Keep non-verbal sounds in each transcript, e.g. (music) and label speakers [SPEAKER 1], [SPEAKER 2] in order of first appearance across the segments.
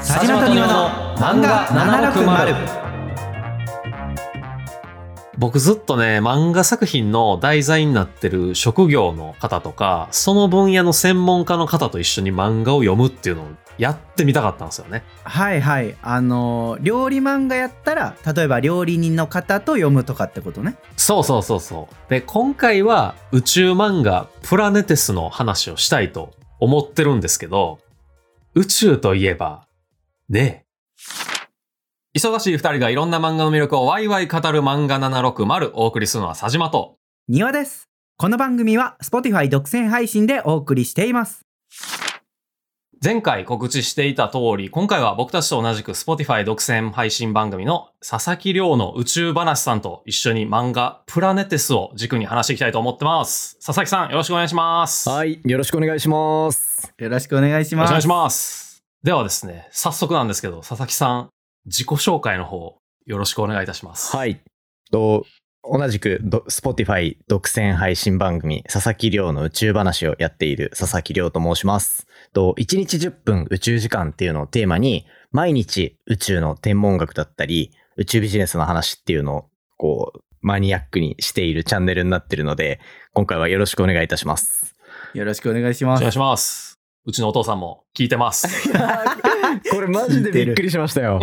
[SPEAKER 1] 佐島と庭の漫画760
[SPEAKER 2] 僕ずっとね漫画作品の題材になってる職業の方とかその分野の専門家の方と一緒に漫画を読むっていうのをやってみたかったんですよね
[SPEAKER 1] はいはいあのー料理漫画やったら例えば料理人の方と読むとかってことね
[SPEAKER 2] そうそうそうそうで今回は宇宙漫画「プラネテス」の話をしたいと思ってるんですけど宇宙といえばねえ忙しい二人がいろんな漫画の魅力をワイワイ語る漫画760お送りするのは佐島と
[SPEAKER 1] 庭ですこの番組は Spotify 独占配信でお送りしています
[SPEAKER 2] 前回告知していた通り、今回は僕たちと同じく Spotify 独占配信番組の佐々木亮の宇宙話さんと一緒に漫画プラネテスを軸に話していきたいと思ってます。佐々木さん、よろしくお願いします。い。
[SPEAKER 3] はい、よろしくお願いします。
[SPEAKER 1] よろしくお願いし
[SPEAKER 2] よろ
[SPEAKER 1] ま
[SPEAKER 2] しくお
[SPEAKER 1] す
[SPEAKER 2] 願いします。ではですね、早速なんですけど、佐々木さん、自己紹介の方、よろしくお願いいたします。
[SPEAKER 3] はい。と同じくど Spotify 独占配信番組佐々木亮の宇宙話をやっている佐々木亮と申します。と1日10分宇宙時間っていうのをテーマに毎日宇宙の天文学だったり宇宙ビジネスの話っていうのをこうマニアックにしているチャンネルになってるので今回はよろしくお願いいたします。
[SPEAKER 1] よろしくお願いし
[SPEAKER 2] お
[SPEAKER 1] ます
[SPEAKER 2] 願いします。うちのお父さんも聞いてます。
[SPEAKER 3] これマ
[SPEAKER 1] ジでびっく
[SPEAKER 3] りしましたよ。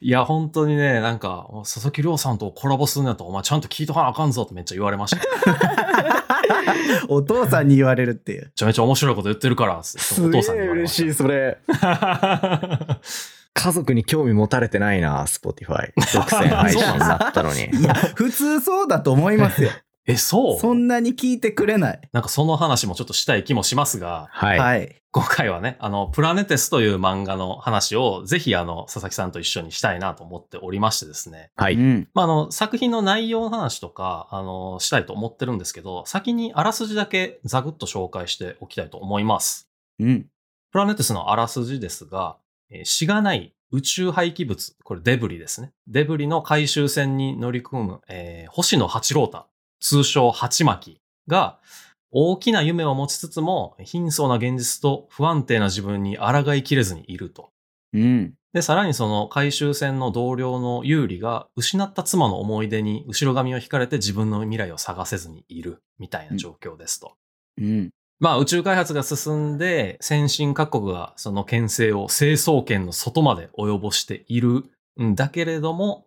[SPEAKER 2] いや、本当にね、なんか、佐々木亮さんとコラボするんやと、お前ちゃんと聞いとかなあかんぞってめっちゃ言われました。
[SPEAKER 1] お父さんに言われるっていう
[SPEAKER 2] (laughs) めちゃめちゃ面白いこと言ってるから、そのお父さんに言われまし
[SPEAKER 3] いそれ。
[SPEAKER 2] た。
[SPEAKER 3] 家族に興味持たれてないな、Spotify。独 (laughs) 占配信になったのに。
[SPEAKER 1] いや普通そうだと思
[SPEAKER 2] (laughs)
[SPEAKER 1] いますよ
[SPEAKER 2] (laughs) え、そう
[SPEAKER 1] そんなに聞いてくれない
[SPEAKER 2] なんかその話もちょっとしたい気もしますが、
[SPEAKER 3] はい。
[SPEAKER 1] はい
[SPEAKER 2] 今回はね、あの、プラネテスという漫画の話を、ぜひあの、佐々木さんと一緒にしたいなと思っておりましてですね。
[SPEAKER 3] は
[SPEAKER 1] う
[SPEAKER 3] い。
[SPEAKER 1] ん
[SPEAKER 2] まあ、あの、作品の内容の話とか、あの、したいと思ってるんですけど、先にあらすじだけザグッと紹介しておきたいと思います。
[SPEAKER 1] うん
[SPEAKER 2] プラネテスのあらすじですが、えー死がない宇宙廃棄物、これデブリですね。デブリの回収船に乗り組む、えー星野八郎太、通称八巻が、大きな夢を持ちつつも、貧相な現実と不安定な自分に抗いきれずにいると。
[SPEAKER 1] うん
[SPEAKER 2] で、さらにその回収船の同僚の有利が失った妻の思い出に後ろ髪を引かれて自分の未来を探せずにいるみたいな状況ですと。
[SPEAKER 1] うん
[SPEAKER 2] まあ宇宙開発が進んで先進各国がその牽制を成層圏の外まで及ぼしているんだけれども、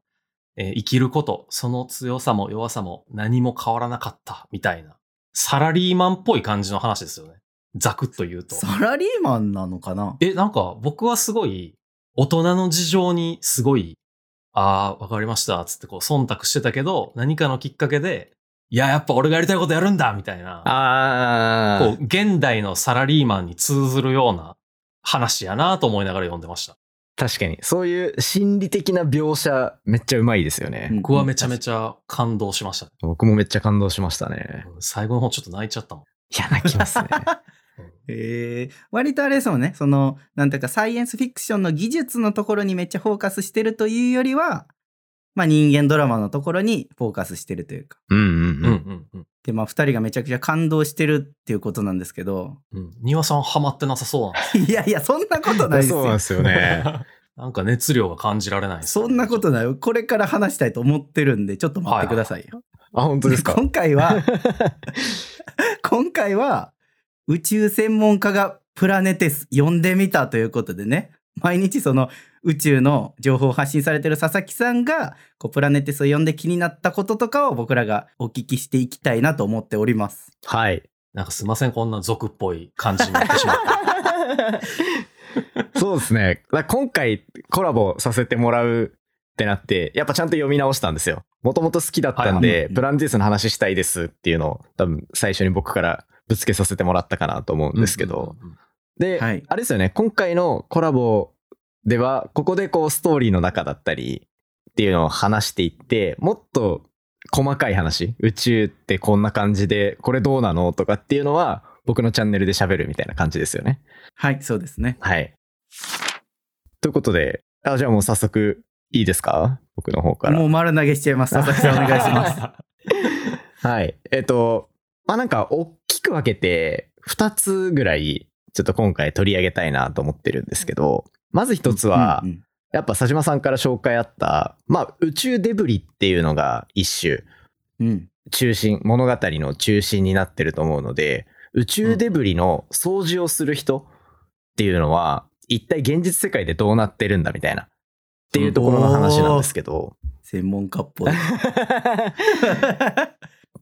[SPEAKER 2] えー生きること、その強さも弱さも何も変わらなかったみたいな、サラリーマンっぽい感じの話ですよね。ざくっと言うと。
[SPEAKER 1] サラリーマンなのかな
[SPEAKER 2] え、なんか僕はすごい大人の事情にすごい、ああ、わかりました、つってこう忖度してたけど、何かのきっかけで、いや、やっぱ俺がやりたいことやるんだみたいな。
[SPEAKER 3] あ
[SPEAKER 2] こう、現代のサラリーマンに通ずるような話やなと思いながら読んでました。
[SPEAKER 3] 確かに。そういう心理的な描写、めっちゃうまいですよね。
[SPEAKER 2] 僕はめちゃめ
[SPEAKER 1] ち
[SPEAKER 2] ちゃ感動しましたね。
[SPEAKER 3] 僕もめっちゃ感動しましたね。
[SPEAKER 2] うん最後の方ちょっと泣いちゃったもん。
[SPEAKER 3] いや、泣きますね。
[SPEAKER 1] ゃえー、割とあれですもんねそのなんていうかサイエンスフィクションの技術のところにめっちゃフォーカスしてるというよりはまあ人間ドラマのところにフォーカスしてるというか
[SPEAKER 3] (laughs) うんうん
[SPEAKER 2] う
[SPEAKER 3] うんん。
[SPEAKER 2] うん
[SPEAKER 1] でまあ2人がめちゃくちゃ感動してるっていうことなんですけど (laughs)
[SPEAKER 2] うん。うん。庭さんハマってなさそうなんです
[SPEAKER 1] いやいやそんなことないです
[SPEAKER 3] そうなん
[SPEAKER 1] よ
[SPEAKER 3] ですよね。
[SPEAKER 2] なんか熱量が感じられないですね、
[SPEAKER 1] そんなことないこれから話したいと思ってるんでちょっと待ってくださいよ、
[SPEAKER 3] あ、本当ですか。
[SPEAKER 1] 今回
[SPEAKER 3] (laughs)
[SPEAKER 1] は今回は宇宙専門家がプラネテス呼んでみたということでね毎日その宇宙の情報を発信されてる佐々木さんがこうプラネテスを呼んで気になったこととかを僕らがお聞きしていきたいなと思っております。
[SPEAKER 3] はい。
[SPEAKER 2] なんかすいません、こんな俗っぽい感じになってしまって。
[SPEAKER 3] (laughs) そうですね。だから今回コラボさせてもらうってなって、やっぱちゃんと読み直したんですよ。もともと好きだったん
[SPEAKER 1] はいはい
[SPEAKER 3] で、プランティスの話したいですっていうのを多分最初に僕からぶつけさせてもらったかなと思 (laughs) うんですけど。
[SPEAKER 2] うんうんうん
[SPEAKER 3] で、
[SPEAKER 1] はい
[SPEAKER 3] あれですよね、今回のコラボでは、ここでこうストーリーの中だったりっていうのを話していって、もっと細かい話、宇宙ってこんな感じで、これどうなのとかっていうのは、僕のチャンネルで喋るみたいな感じですよね。
[SPEAKER 1] はいそうですね
[SPEAKER 3] はい。ということで、あじゃあもう早速いいですか僕の方から
[SPEAKER 1] も。う丸投げしちゃいます佐々木さんお願いします。
[SPEAKER 3] はい。えっ、と、まあなんか大きく分けて2つぐらいちょっと今回取り上げたいなと思ってるんですけど、まず (laughs) 一つは、
[SPEAKER 1] うんうん
[SPEAKER 3] やっぱ佐島さんから紹介あった、まあ、宇宙デブリっていうのが一種、
[SPEAKER 1] うん
[SPEAKER 3] 中心、物語の中心になってると思うので、宇宙デブリの掃除をする人っていうのは、一体現実世界でどうなってるんだみたいな、っていうところの話なんですけど、
[SPEAKER 1] 専門家っぽい。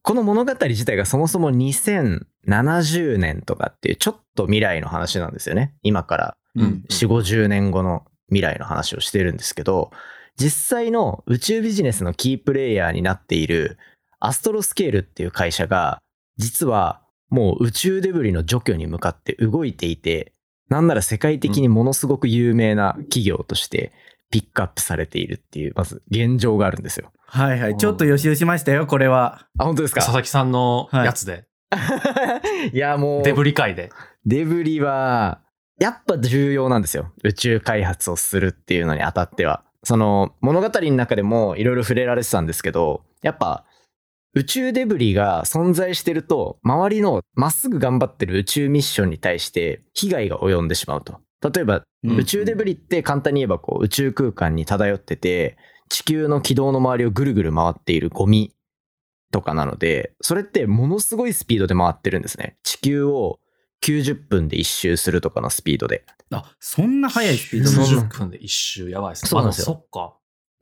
[SPEAKER 3] この物語自体がそもそも2070年とかっていうちょっと未来の話なんですよね。今から
[SPEAKER 1] うん
[SPEAKER 3] 4 5 0年後の未来の話をしてるんですけど実際の宇宙ビジネスのキープレイヤーになっているアストロスケールっていう会社が実はもう宇宙デブリの除去に向かって動いていてなんなら世界的にものすごく有名な企業としてピックアップされているっていうまず現状があるんですよ。
[SPEAKER 1] はいはい。ちょっと予習しましたよ、これは。
[SPEAKER 3] あ本当です
[SPEAKER 2] 佐
[SPEAKER 3] か
[SPEAKER 2] 々木さんのやつで、
[SPEAKER 3] (laughs) いやもう
[SPEAKER 2] デブリ界で。
[SPEAKER 3] デブリは、やっぱ重要なんですよ。宇宙開発をするっていうのにあたっては。その物語の中でもいろいろ触れられてたんですけど、やっぱ宇宙デブリが存在してると、周りのまっすぐ頑張ってる宇宙ミッションに対して被害が及んでしまうと。例えば
[SPEAKER 1] うん
[SPEAKER 3] 宇宙デブリって簡単に言えばこう宇宙空間に漂ってて地球の軌道の周りをぐるぐる回っているゴミとかなのでそれってものすごいスピードで回ってるんですね地球を90分で一周するとかのスピードで
[SPEAKER 1] あ、そんな速いスピード
[SPEAKER 3] そ
[SPEAKER 1] の
[SPEAKER 3] う
[SPEAKER 2] 90分で一周、やばいですね。
[SPEAKER 3] そうなんですよ
[SPEAKER 2] あもそっか。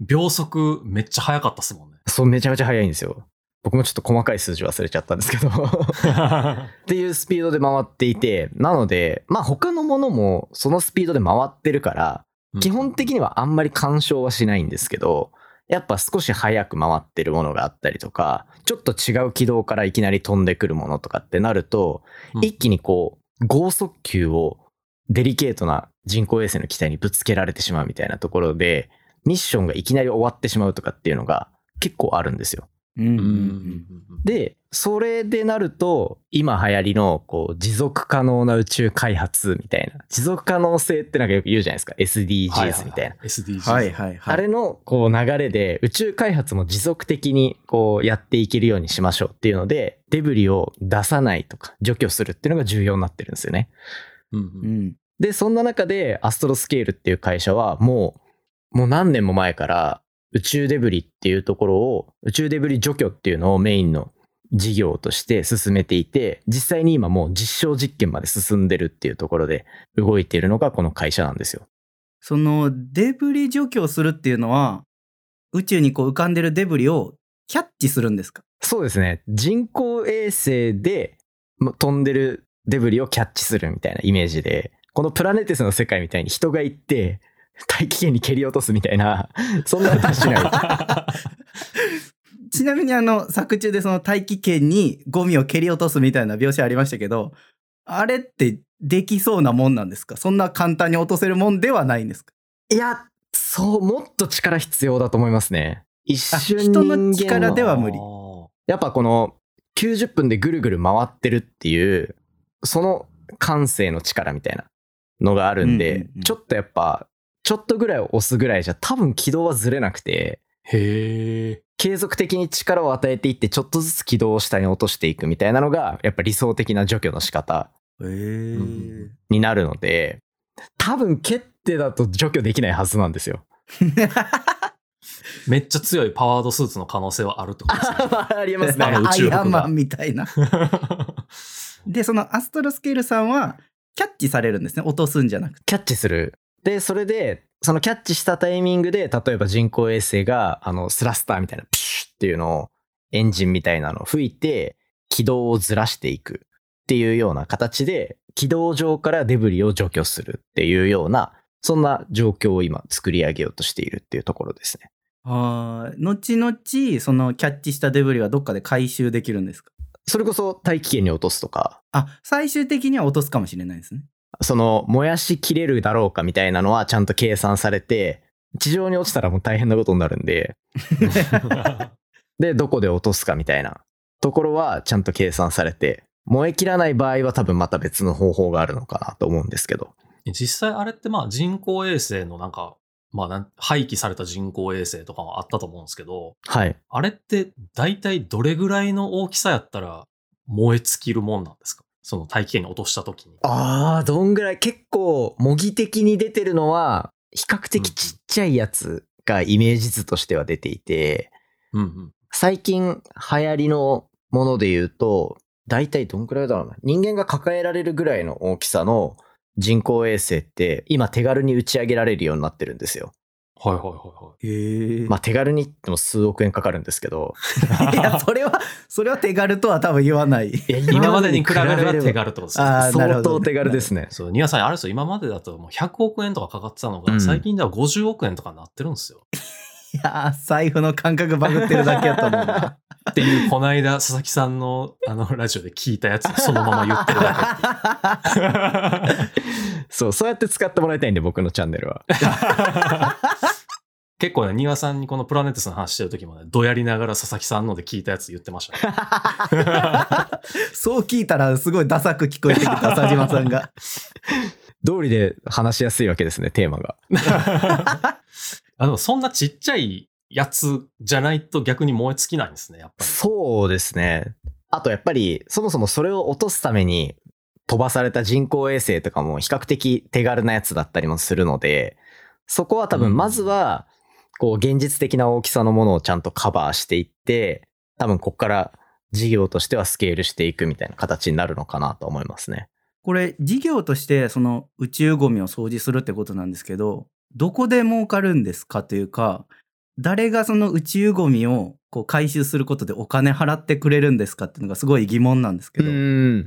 [SPEAKER 2] 秒速めっちゃ速かったっすもんね。
[SPEAKER 3] そうめちゃめちゃ速いんですよ僕もちょっと細かい数字忘れちゃったんですけど (laughs) っていうスピードで回っていてなのでまあ他のものもそのスピードで回ってるから基本的にはあんまり干渉はしないんですけど、やっぱ少し早く回ってるものがあったりとか、ちょっと違う軌道からいきなり飛んでくるものとかってなると、
[SPEAKER 2] うん
[SPEAKER 3] 一気にこう、剛速球をデリケートな人工衛星の機体にぶつけられてしまうみたいなところで、ミッションがいきなり終わってしまうとかっていうのが結構あるんですよ。
[SPEAKER 1] うんうん
[SPEAKER 2] う
[SPEAKER 1] うん
[SPEAKER 2] うん
[SPEAKER 1] ん
[SPEAKER 3] で、それでなると、今流行りの、こう、持続可能な宇宙開発みたいな、持続可能性ってなんかよく言うじゃないですか、
[SPEAKER 2] はいはいは
[SPEAKER 3] SDGs
[SPEAKER 2] い
[SPEAKER 3] みたいな。。
[SPEAKER 2] SDGs。
[SPEAKER 1] はいはいはい。
[SPEAKER 3] あれのこう流れで宇宙開発も持続的にこうやっていけるようにしましょうっていうのでデブリを出さないとか除去するっていうのが重要になってるんですよね。
[SPEAKER 2] うんう
[SPEAKER 1] うんん。
[SPEAKER 3] でそんな中でアストロスケールっていう会社はもうもう何年も前から宇宙デブリっていうところを宇宙デブリ除去っていうのをメインの事業として進めていて実際に今もう実証実験まで進んでるっていうところで動いているのがこの会社なんですよ。
[SPEAKER 1] そのデブリ除去をするっていうのは、宇宙にこう浮かんでるデブリをキャッチするんですか
[SPEAKER 3] そうですね。人工衛星でま飛んでるデブリをキャッチするみたいなイメージで、このプラネテスの世界みたいに人が行って、大気圏に蹴り落とすみたいな、 (laughs) そんなことはしない。
[SPEAKER 1] ちなみにあの作中でその大気圏にゴミを蹴り落とすみたいな描写ありましたけどあれってできそうなもんなんですかそんな簡単に落とせるもんではないんですか (laughs)
[SPEAKER 3] いや、そう、もっと力必要だと思いますね。一瞬
[SPEAKER 1] あ人の
[SPEAKER 3] 人間
[SPEAKER 1] 力では無理
[SPEAKER 2] あー
[SPEAKER 3] やっぱこの90分でぐるぐる回ってるっていう、その感性の力みたいなのがあるんで、
[SPEAKER 1] うんうんうん
[SPEAKER 3] ちょっとやっぱ、ちょっとぐらい押すぐらいじゃ多分軌道はずれなくて、
[SPEAKER 2] へえ。
[SPEAKER 3] 継続的に力を与えていってちょっとずつ軌道を下に落としていくみたいなのがやっぱ理想的な除去の仕方
[SPEAKER 1] へえ
[SPEAKER 2] ん
[SPEAKER 3] になるので多分蹴ってだと除去できないはずなんですよ。
[SPEAKER 2] めっちゃ強いパワードスーツの可能性はあるってことですね。
[SPEAKER 3] (laughs) ありえますね
[SPEAKER 2] あ。の宇
[SPEAKER 1] ア
[SPEAKER 2] 宙
[SPEAKER 1] イ
[SPEAKER 2] 服が
[SPEAKER 1] アンマンみたいな。でそのアストロスケールさんはキャッチされるんですね落とすんじゃなくて。
[SPEAKER 3] キャッチする。でそれでそのキャッチしたタイミングで例えば人工衛星があのスラスターみたいなプシュッっていうのをエンジンみたいなのを吹いて軌道をずらしていくっていうような形で軌道上からデブリを除去するっていうようなそんな状況を今作り上げようとしているっていうところですね。
[SPEAKER 1] あー後々そのキャッチしたデブリはどっかで回収できるんですか
[SPEAKER 3] それこそ大気圏に落とすとか
[SPEAKER 1] あ最終的には落とすかもしれないですね。
[SPEAKER 3] その燃やしきれるだろうかみたいなのはちゃんと計算されて地上に落ちたらもう大変なことになるんで
[SPEAKER 1] (laughs)
[SPEAKER 3] で、どこで落とすかみたいなところはちゃんと計算されて、燃え切らない場合は多分また別の方法があるのかなと思うんですけど。
[SPEAKER 2] 実際あれってまあ人工衛星のなんか、まあなん廃棄された人工衛星とかもあったと思うんですけど、
[SPEAKER 3] はい。
[SPEAKER 2] あれって大体どれぐらいの大きさやったら燃え尽きるもんなんですかその大気圏に落とした時に。
[SPEAKER 3] ああ、どんぐらい、結構、模擬的に出てるのは、比較的ちっちゃいやつがイメージ図としては出ていて、
[SPEAKER 2] うんうん。
[SPEAKER 3] 最近流行りのもので言うと、大体どんくらいだろうな。人間が抱えられるぐらいの大きさの人工衛星って、今手軽に打ち上げられるようになってるんですよ。
[SPEAKER 2] はいはいは
[SPEAKER 1] へえ。
[SPEAKER 3] まあ手軽にって言っても数億円かかるんですけど。
[SPEAKER 1] (laughs) いや、それは、それは手軽とは多分言わない。
[SPEAKER 3] (laughs)
[SPEAKER 2] いはい。今までに比べれば手軽ってことですね。
[SPEAKER 1] あーなる
[SPEAKER 3] 相
[SPEAKER 1] ほど
[SPEAKER 3] 当手軽ですね。
[SPEAKER 2] そう、ニアさん、あれですよ、今までだともう100億円とかかかってたのが、
[SPEAKER 3] うん
[SPEAKER 2] 最近では50億円とかになってるんですよ。
[SPEAKER 1] いやー、財布の感覚バグってるだけやと思う (laughs) な。
[SPEAKER 2] っていう、この間、佐々木さんの、あの、ラジオで聞いたやつをそのまま言ってるだけ。
[SPEAKER 3] そう、そうやって使ってもらいたいんで、僕のチャンネルは。
[SPEAKER 2] 結構ね、ニワさんにこのプラネテスの話してる時もね、どやりながら佐々木さんので聞いたやつ言ってました、ね。
[SPEAKER 1] そう聞いたらすごいダサく聞こえてきた佐島さんが。
[SPEAKER 3] 通りで話しやすいわけですね、テーマが。
[SPEAKER 2] あの、そんなちっちゃいやつじゃないと逆に燃え尽きないんですね、やっぱり。
[SPEAKER 3] そうですね。あとやっぱり、そもそもそれを落とすために飛ばされた人工衛星とかも比較的手軽なやつだったりもするので、そこは多
[SPEAKER 2] うん
[SPEAKER 3] 分まずは、こう現実的な大きさのものをちゃんとカバーしていって、多分こっから事業としてはスケールしていくみたいな形になるのかなと思いますね。
[SPEAKER 1] (laughs) これ事業としてその宇宙ゴミを掃除するってことなんですけど、どこで儲かるんですかというか、誰がその宇宙ゴミをこう回収することでお金払ってくれるんですかっていうのがすごい疑問なんですけ
[SPEAKER 3] う
[SPEAKER 1] ど。
[SPEAKER 3] ん。い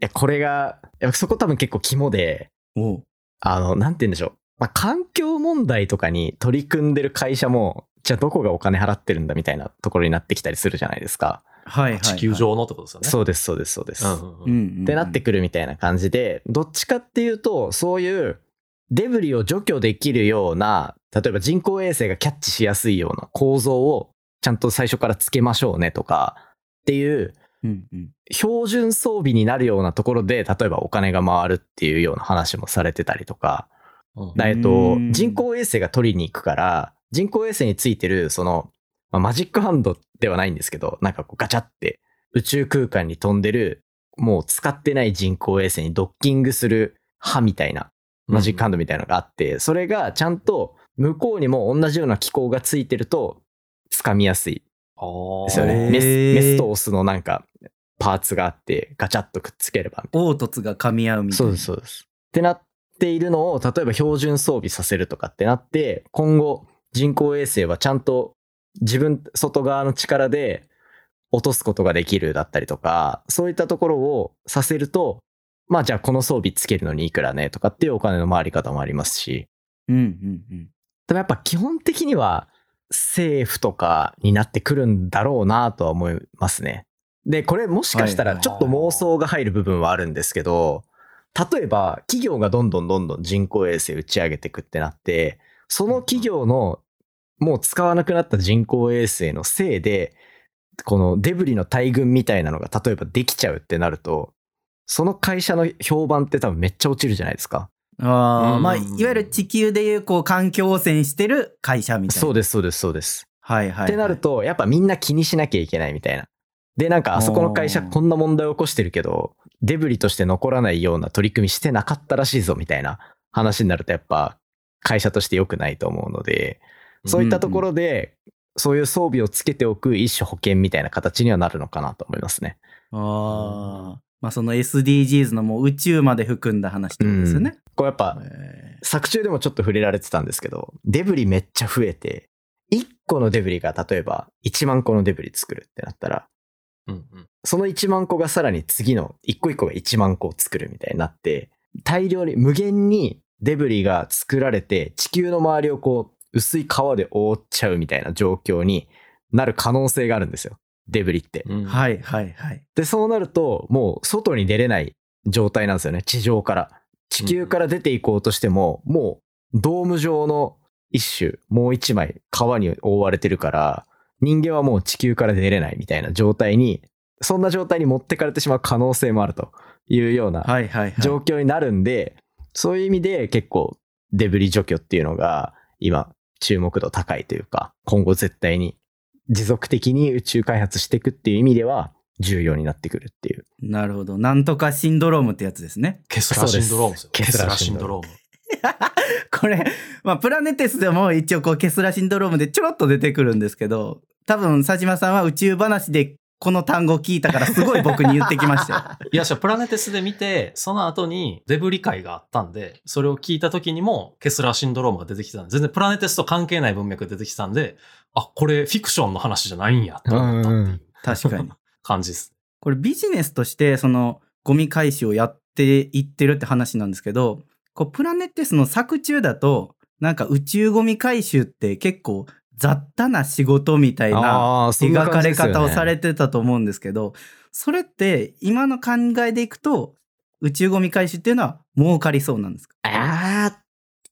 [SPEAKER 3] や、これが、いやそこ多分結構肝で、
[SPEAKER 1] おう
[SPEAKER 3] あの、なんて言うんでしょう。まあ、環境問題とかに取り組んでる会社も、じゃあどこがお金払ってるんだみたいなところになってきたりするじゃないですか。
[SPEAKER 1] はいはい、はい。
[SPEAKER 2] 地球上のってことですよね。
[SPEAKER 3] そうです、そうです、そうです。
[SPEAKER 2] うんうんう。
[SPEAKER 1] うんんうんうん
[SPEAKER 3] ってなってくるみたいな感じで、どっちかっていうと、そういうデブリを除去できるような、例えば人工衛星がキャッチしやすいような構造をちゃんと最初からつけましょうねとかっていう
[SPEAKER 1] うんうん
[SPEAKER 3] 標準装備になるようなところで、例えばお金が回るっていうような話もされてたりとか、
[SPEAKER 2] うん
[SPEAKER 3] だえっ
[SPEAKER 1] う
[SPEAKER 3] と
[SPEAKER 1] ーん、
[SPEAKER 3] 人工衛星が取りに行くから、人工衛星についてる、その、まあマジックハンドではないんですけど、なんかこうガチャって宇宙空間に飛んでる、もう使ってない人工衛星にドッキングする歯みたいな、マジックハンドみたいなのがあって、それがちゃんと向こうにも同じような機構がついてると、掴みやすい
[SPEAKER 2] あー
[SPEAKER 3] ですよね。
[SPEAKER 1] へ
[SPEAKER 3] メス
[SPEAKER 1] ー
[SPEAKER 3] メスとオスのなんかパーツがあって、ガチャっとくっつければ
[SPEAKER 1] 凹凸が噛み合うみたい
[SPEAKER 3] そう
[SPEAKER 1] な。
[SPEAKER 3] です、そうです。ってなっているのを、例えば標準装備させるとかってなって、今後、人工衛星はちゃんと自分、外側の力で落とすことができるだったりとか、そういったところをさせると、まあじゃあこの装備つけるのにいくらねとかっていうお金の回り方もありますし、
[SPEAKER 1] うんうんうん。
[SPEAKER 3] でもやっぱ基本的には政府とかになってくるんだろうなとは思いますね。で、これもしかした
[SPEAKER 1] はい
[SPEAKER 3] ら
[SPEAKER 1] はい
[SPEAKER 3] ちょっと妄想が入る部分はあるんですけど、例えば企業がどんどんどんどん人工衛星打ち上げてくってなって、その企業のもう使わなくなった人工衛星のせいで、このデブリの大群みたいなのが例えばできちゃうってなると、その会社の評判って多分めっちゃ落ちるじゃないですか。
[SPEAKER 1] ああ、まあ、
[SPEAKER 2] う
[SPEAKER 1] い
[SPEAKER 2] んうんうん
[SPEAKER 1] わゆる地球でいうこう環境汚染してる会社みたいな。
[SPEAKER 3] そう
[SPEAKER 1] で
[SPEAKER 3] です、そうです、そうです。
[SPEAKER 1] はいはい、はい。
[SPEAKER 3] ってなると、やっぱみんな気にしなきゃいけないみたいな。で、なんか、あそこの会社
[SPEAKER 1] おー
[SPEAKER 3] こんな問題を起こしてるけど、デブリとして残らないような取り組みしてなかったらしいぞみたいな話になると、やっぱ会社として良くないと思うので、そういったところで、そういう装備をつけておく一種保険みたいな形にはなるのかなと思いますね。
[SPEAKER 1] ああ。まあその SDGs のもう宇宙まで含んだ話ってことですよね。
[SPEAKER 3] こうやっぱ、
[SPEAKER 1] え
[SPEAKER 3] 作中でもちょっと触れられてたんですけど、デブリめっちゃ増えて、1個のデブリが例えば1万個のデブリ作るってなったら、
[SPEAKER 2] うんうん。
[SPEAKER 3] その1万個がさらに次の1個1個が1万個を作るみたいになって、大量に無限にデブリが作られて地球の周りをこう薄い皮で覆っちゃうみたいな状況になる可能性があるんですよ。デブリって。
[SPEAKER 2] うん
[SPEAKER 1] ーはいはいはい。
[SPEAKER 3] で、そうなるともう外に出れない状態なんですよね。地上から。地球から出ていこうとしても、もうドーム状の一種、もう一枚皮に覆われてるから、人間はもう地球から出れないみたいな状態に、そんな状態に持ってかれてしまう可能性もあるというような
[SPEAKER 1] はいはいはい。
[SPEAKER 3] 状況になるんで、そういう意味で結構デブリ除去っていうのが今注目度高いというか、今後絶対に持続的に宇宙開発していくっていう意味では、重要になってくるっていう。
[SPEAKER 1] なるほど。なんとかシンドロームってやつですね。 (laughs)
[SPEAKER 2] ケスラーシンドロームですよ。
[SPEAKER 3] そうです
[SPEAKER 2] ケスラーシンドローム。
[SPEAKER 1] これ、まあ、プラネテスでも一応こうケスラシンドロームでちょろっと出てくるんですけど、多分佐島さんは宇宙話でこの単語聞いたからすごい僕に言ってきました
[SPEAKER 3] (laughs)
[SPEAKER 1] よ。
[SPEAKER 2] いや、じゃあプラネテスで見て、その後にデブリ会があったんで、それを聞いた時にもケスラーシンドロームが出てきたんで、全然プラネテスと関係ない文脈が出てきたんで、あ、これフィクションの話じゃないんや、と思ったっていう
[SPEAKER 1] 確かに。
[SPEAKER 2] 感じです。
[SPEAKER 1] これビジネスとしてそのゴミ回収をやっていってるって話なんですけど、こうプラネテスの作中だと、なんか宇宙ゴミ回収って結構雑多な仕事みたいな
[SPEAKER 3] ああ、そんな
[SPEAKER 1] 描か
[SPEAKER 3] 感じ
[SPEAKER 1] れ
[SPEAKER 3] ですよね
[SPEAKER 1] 方をされてたと思うんですけどそれって今の考えでいくと宇宙ゴミ回収っていうのは儲かりそうなんですか
[SPEAKER 3] ああ、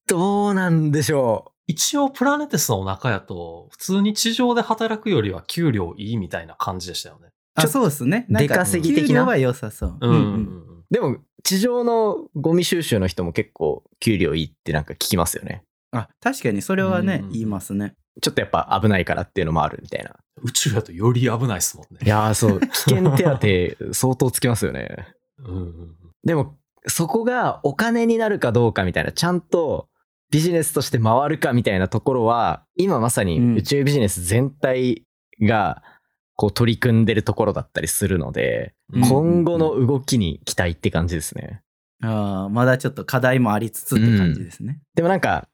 [SPEAKER 3] どうなんでしょ
[SPEAKER 2] 一応プラネテスの中やと、普通に地上で働くよりは給料いいみたいな感じでしたよね。
[SPEAKER 1] あ
[SPEAKER 3] ちょ
[SPEAKER 1] そうですねなん
[SPEAKER 3] 出
[SPEAKER 1] か
[SPEAKER 3] 稼ぎ的な
[SPEAKER 1] 給料は良さそう、
[SPEAKER 2] うんうん
[SPEAKER 1] う
[SPEAKER 2] うんん。
[SPEAKER 3] う。でも、地上のゴミ収集の人も結構給料いいってなんか聞きますよね。
[SPEAKER 1] あ確かにそれはね、
[SPEAKER 2] うん
[SPEAKER 1] 言いますね
[SPEAKER 3] ちょっとやっぱ危ないからっていうのもあるみたいな。
[SPEAKER 2] 宇宙やとより危ないですもん
[SPEAKER 3] い
[SPEAKER 2] ね。
[SPEAKER 3] やーそう、 (laughs) 危険手当相当つきますよね。
[SPEAKER 2] うんうん
[SPEAKER 3] でも、そこがお金になるかどうかみたいな、ちゃんとビジネスとして回るかみたいなところは、今まさ
[SPEAKER 1] うん
[SPEAKER 3] に宇宙ビジネス全体がこう取り組んでるところだったりするので、
[SPEAKER 2] うん
[SPEAKER 3] 今後の動きに期待って感じですね。
[SPEAKER 1] あーまだちょっと課題もありつつって感じですね、
[SPEAKER 3] でもなんか、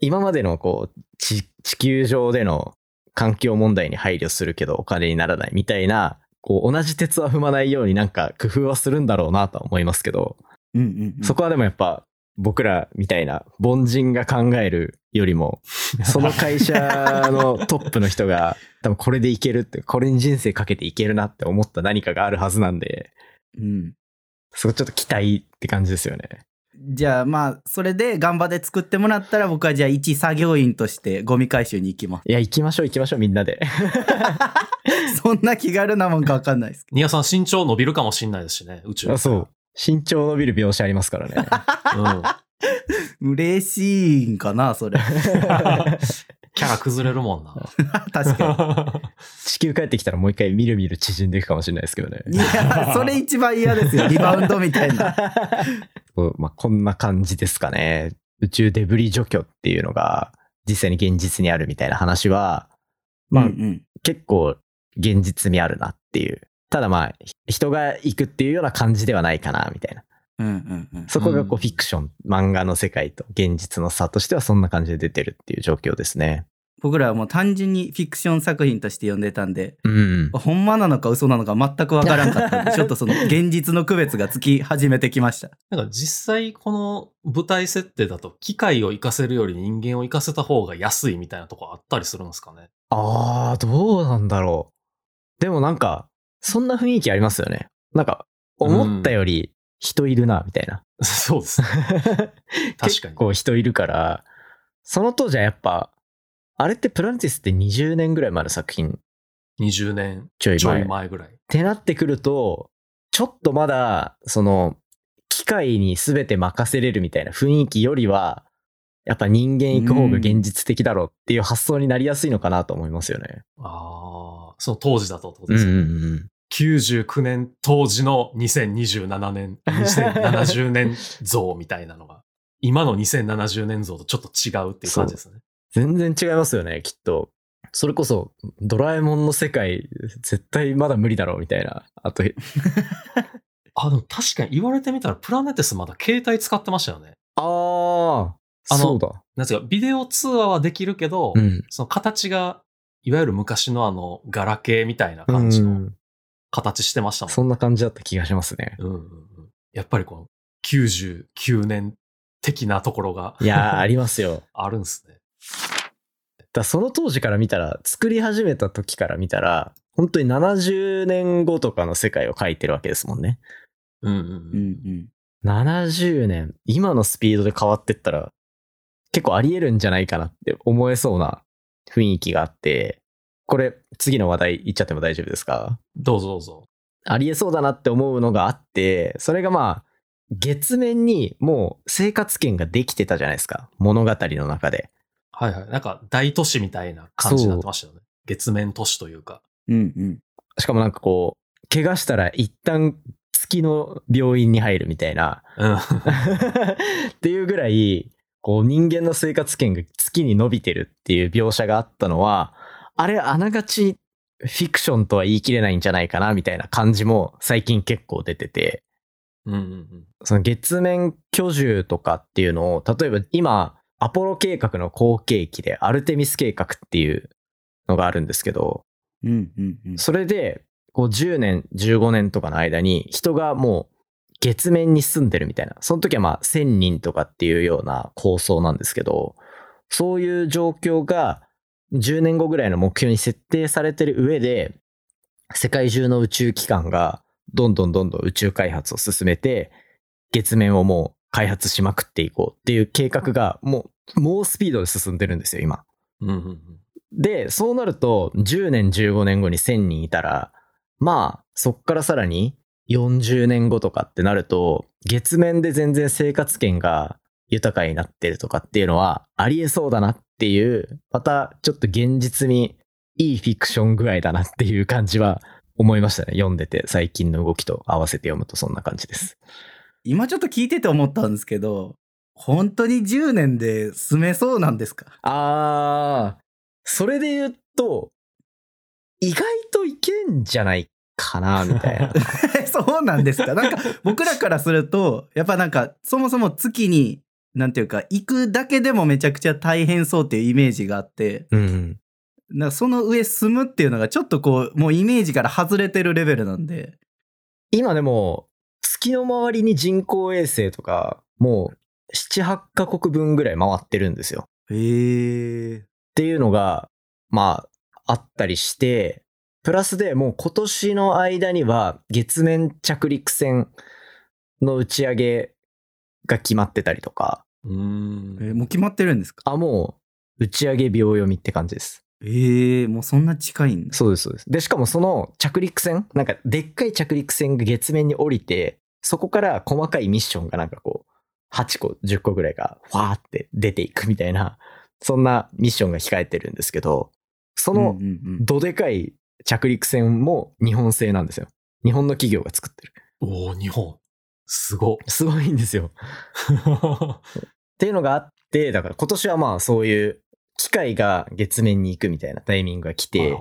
[SPEAKER 3] 今までのこう、地地球上での環境問題に配慮するけどお金にならないみたいな、こう同じ鉄は踏まないようになんか工夫はするんだろうなとは思いますけど、
[SPEAKER 1] うん、うんうん
[SPEAKER 3] そこはでもやっぱ僕らみたいな凡人が考えるよりも、その会社のトップの人が多分これでいけるって、これに人生かけていけるなって思った何かがあるはずなんで、
[SPEAKER 1] うん
[SPEAKER 3] そこちょっと期待って感じですよね。
[SPEAKER 1] じゃあまあそれで頑張って作ってもらったら僕はじゃあ一作業員としてゴミ回収に行きま
[SPEAKER 3] いや、行きましょう行きましょうみんなで。
[SPEAKER 1] すそんな気軽なもんか分かんないですけ
[SPEAKER 2] ニアさん身長伸びるかもしんないですしね、宇宙。
[SPEAKER 3] あ (laughs) そう。。身長伸びる描写ありますからね。
[SPEAKER 2] うん。
[SPEAKER 1] ど (laughs) 嬉しいんかなそ (laughs) れ
[SPEAKER 2] (laughs) キャラ崩れるもんな。
[SPEAKER 1] 確かに
[SPEAKER 3] 地球帰ってきたらもう一回みるみる縮んでいくかもしれないですけどね。
[SPEAKER 1] いや、それ一番嫌ですよ。リバウンドみたい (laughs) な。
[SPEAKER 3] (laughs) こうまあ、こんな感じですかね。宇宙デブリ除去っていうのが実際に現実にあるみたいな話は、まあ、
[SPEAKER 1] ん。
[SPEAKER 3] 結構現実味あるなっていう。ただまあ、ひ人が行くっていうような感じではないかな、みたいな。
[SPEAKER 1] うんうんうん。
[SPEAKER 3] そこがこ
[SPEAKER 2] うん
[SPEAKER 3] うフィクション、漫画の世界と現実の差としてはそんな感じで出てるっていう状況ですね。
[SPEAKER 1] 僕らはもう単純にフィクション作品として読んでたんで、
[SPEAKER 3] うん。
[SPEAKER 1] ほんまなのか嘘なのか全くわからんかったん (laughs) で、ちょっとその現実の区別がつき始めてきました。
[SPEAKER 2] なんか実際この舞台設定だと機械を活かせるより人間を活かせた方が安いみたいなとこあったりするんですかね。 (laughs)
[SPEAKER 3] あー、どうなんだろう。でもなんか、そんな雰囲気ありますよね。なんか、思ったより人いるな、みたいな。
[SPEAKER 2] そうですね。確か
[SPEAKER 3] 結
[SPEAKER 2] に。
[SPEAKER 3] 構人いるから、その当時はやっぱ、あれってプランティスって20年ぐらい前の作品
[SPEAKER 2] 20年
[SPEAKER 3] ちょい
[SPEAKER 2] ちょ
[SPEAKER 3] 前。
[SPEAKER 2] い
[SPEAKER 3] っ
[SPEAKER 2] 前ぐらい。
[SPEAKER 3] てなってくると、ちょっとまだ、その、機械に全て任せれるみたいな雰囲気よりは、やっぱ人間行く方が現実的だろうっていう発想になりやすいのかなと思いますよね。
[SPEAKER 2] ああ、その当時だとってことですね。
[SPEAKER 3] んうん。
[SPEAKER 2] 99年当時の2027年、2070年像みたいなのが、今の2070年像とちょっと違うっていう感じですね。
[SPEAKER 3] 全然違いますよね、きっと。それこそ、ドラえもんの世界、絶対まだ無理だろうみたいな。あと、
[SPEAKER 2] あ、でも確かに言われてみたらプラネテスまだ携帯使ってましたよね。
[SPEAKER 3] ああ
[SPEAKER 2] あの
[SPEAKER 3] そうだ。
[SPEAKER 2] なんていうか、ビデオ通話はできるけど、
[SPEAKER 3] うん。
[SPEAKER 2] その形が、いわゆる昔のあの、ガラケーみたいな感じ
[SPEAKER 3] う
[SPEAKER 2] の
[SPEAKER 3] ん
[SPEAKER 2] 形してましたもんね
[SPEAKER 3] そんな感じだった気がしますね。
[SPEAKER 2] うんうんうんやっぱりこの99年的なところが
[SPEAKER 3] い (laughs) やー、ありますよ。
[SPEAKER 2] あるんですね。
[SPEAKER 3] だその当時から見たら、作り始めた時から見たら、本当に70年後とかの世界を描いてるわけですもんね。
[SPEAKER 2] うん
[SPEAKER 1] う
[SPEAKER 2] うんん。
[SPEAKER 1] うん。
[SPEAKER 3] 70年、今のスピードで変わってったら、結構あり得るんじゃないかなって思えそうな雰囲気があって、これ、次の話題いっちゃっても大丈夫ですか
[SPEAKER 2] どうぞどうぞ。
[SPEAKER 3] ありえそうだなって思うのがあって、それがまあ、月面にもう生活圏ができてたじゃないですか。物語の中で。
[SPEAKER 2] はいはい。なんか大都市みたいな感じになってましたよね。月面都市というか。
[SPEAKER 1] うんうん。
[SPEAKER 3] しかもなんかこう、怪我したら一旦月の病院に入るみたいな、 (laughs)
[SPEAKER 2] うん。
[SPEAKER 3] っていうぐらい、こう人間の生活圏が月に伸びてるっていう描写があったのは、あれ、あながちフィクションとは言い切れないんじゃないかなみたいな感じも最近結構出てて、
[SPEAKER 2] うんうん
[SPEAKER 3] その月面居住とかっていうのを、例えば今、アポロ計画の後継機でアルテミス計画っていうのがあるんですけど、
[SPEAKER 1] うんうんうん。
[SPEAKER 3] それで、こう10年、15年とかの間に人がもう月面に住んでるみたいな、その時はまあ1000人とかっていうような構想なんですけど、そういう状況が10年後ぐらいの目標に設定されてる上で、世界中の宇宙機関がどんどんどんどん宇宙開発を進めて、月面をもう開発しまくっていこうっていう計画がもう猛スピードで進んでるんですよ、今。
[SPEAKER 2] うん。うんうんうん。
[SPEAKER 3] で、そうなると、10年、15年後に1000人いたら、まあ、そっからさらに40年後とかってなると、月面で全然生活圏が豊かになってるとかっていうのはありえそうだなっていう、またちょっと現実にいいフィクション具合だなっていう感じは思いましたね。読んでて、最近の動きと合わせて読むとそんな感じです。
[SPEAKER 1] 今ちょっと聞いてて思ったんですけど、本当に10年で住めそうなんですか (laughs)
[SPEAKER 3] あー、それで言うと、意外といけんじゃないかな、みたい (laughs) な。
[SPEAKER 1] えそうなんですか。なんか僕らからすると、やっぱなんかそもそも月に、なんていうか、行くだけでもめちゃくちゃ大変そうっていうイメージがあって、
[SPEAKER 3] うん。
[SPEAKER 1] なんかその上住むっていうのがちょっとこう、もうイメージから外れてるレベルなんで。
[SPEAKER 3] 今でも、月の周りに人工衛星とか、もう7、8カ国分ぐらい回ってるんですよ。っ
[SPEAKER 1] へえ。
[SPEAKER 3] ていうのが、まあ、あったりして、プラスでもう今年の間には月面着陸船の打ち上げが決まってたりとか、
[SPEAKER 2] うーん。
[SPEAKER 1] えもう決まってるんですか
[SPEAKER 3] あ、もう打ち上げ秒読みって感じです。
[SPEAKER 1] ええ、もうそんな近いんだ。
[SPEAKER 3] そうです、そうです。で、しかもその着陸船、なんかでっかい着陸船が月面に降りて、そこから細かいミッションがなんかこう、8個、10個ぐらいが、わーって出ていくみたいな、そんなミッションが控えてるんですけど、その
[SPEAKER 1] うんうんうん
[SPEAKER 3] どでかい着陸船も日本製なんですよ。日本の企業が作ってる。
[SPEAKER 2] おお日本。すごっ。
[SPEAKER 3] すごいんですよ。っていうのがあって、だから今年はまあそういう機械が月面に行くみたいなタイミングが来て、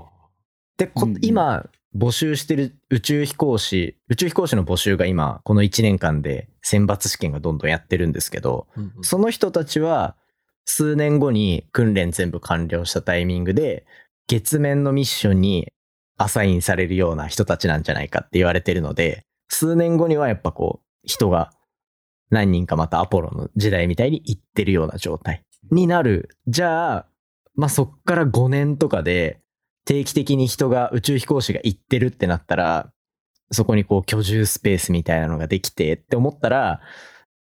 [SPEAKER 3] で、こ
[SPEAKER 1] うんうん
[SPEAKER 3] 今募集してる宇宙飛行士宇宙飛行士の募集が今この1年間で選抜試験がどんどんやってるんですけど
[SPEAKER 2] うんうん
[SPEAKER 3] その人たちは数年後に訓練全部完了したタイミングで月面のミッションにアサインされるような人たちなんじゃないかって言われてるので数年後にはやっぱこう人が何人かまたアポロの時代みたいに行ってるような状態になるじゃあまあそっから5年とかで定期的に人が宇宙飛行士が行ってるってなったらそこにこう居住スペースみたいなのができてって思ったら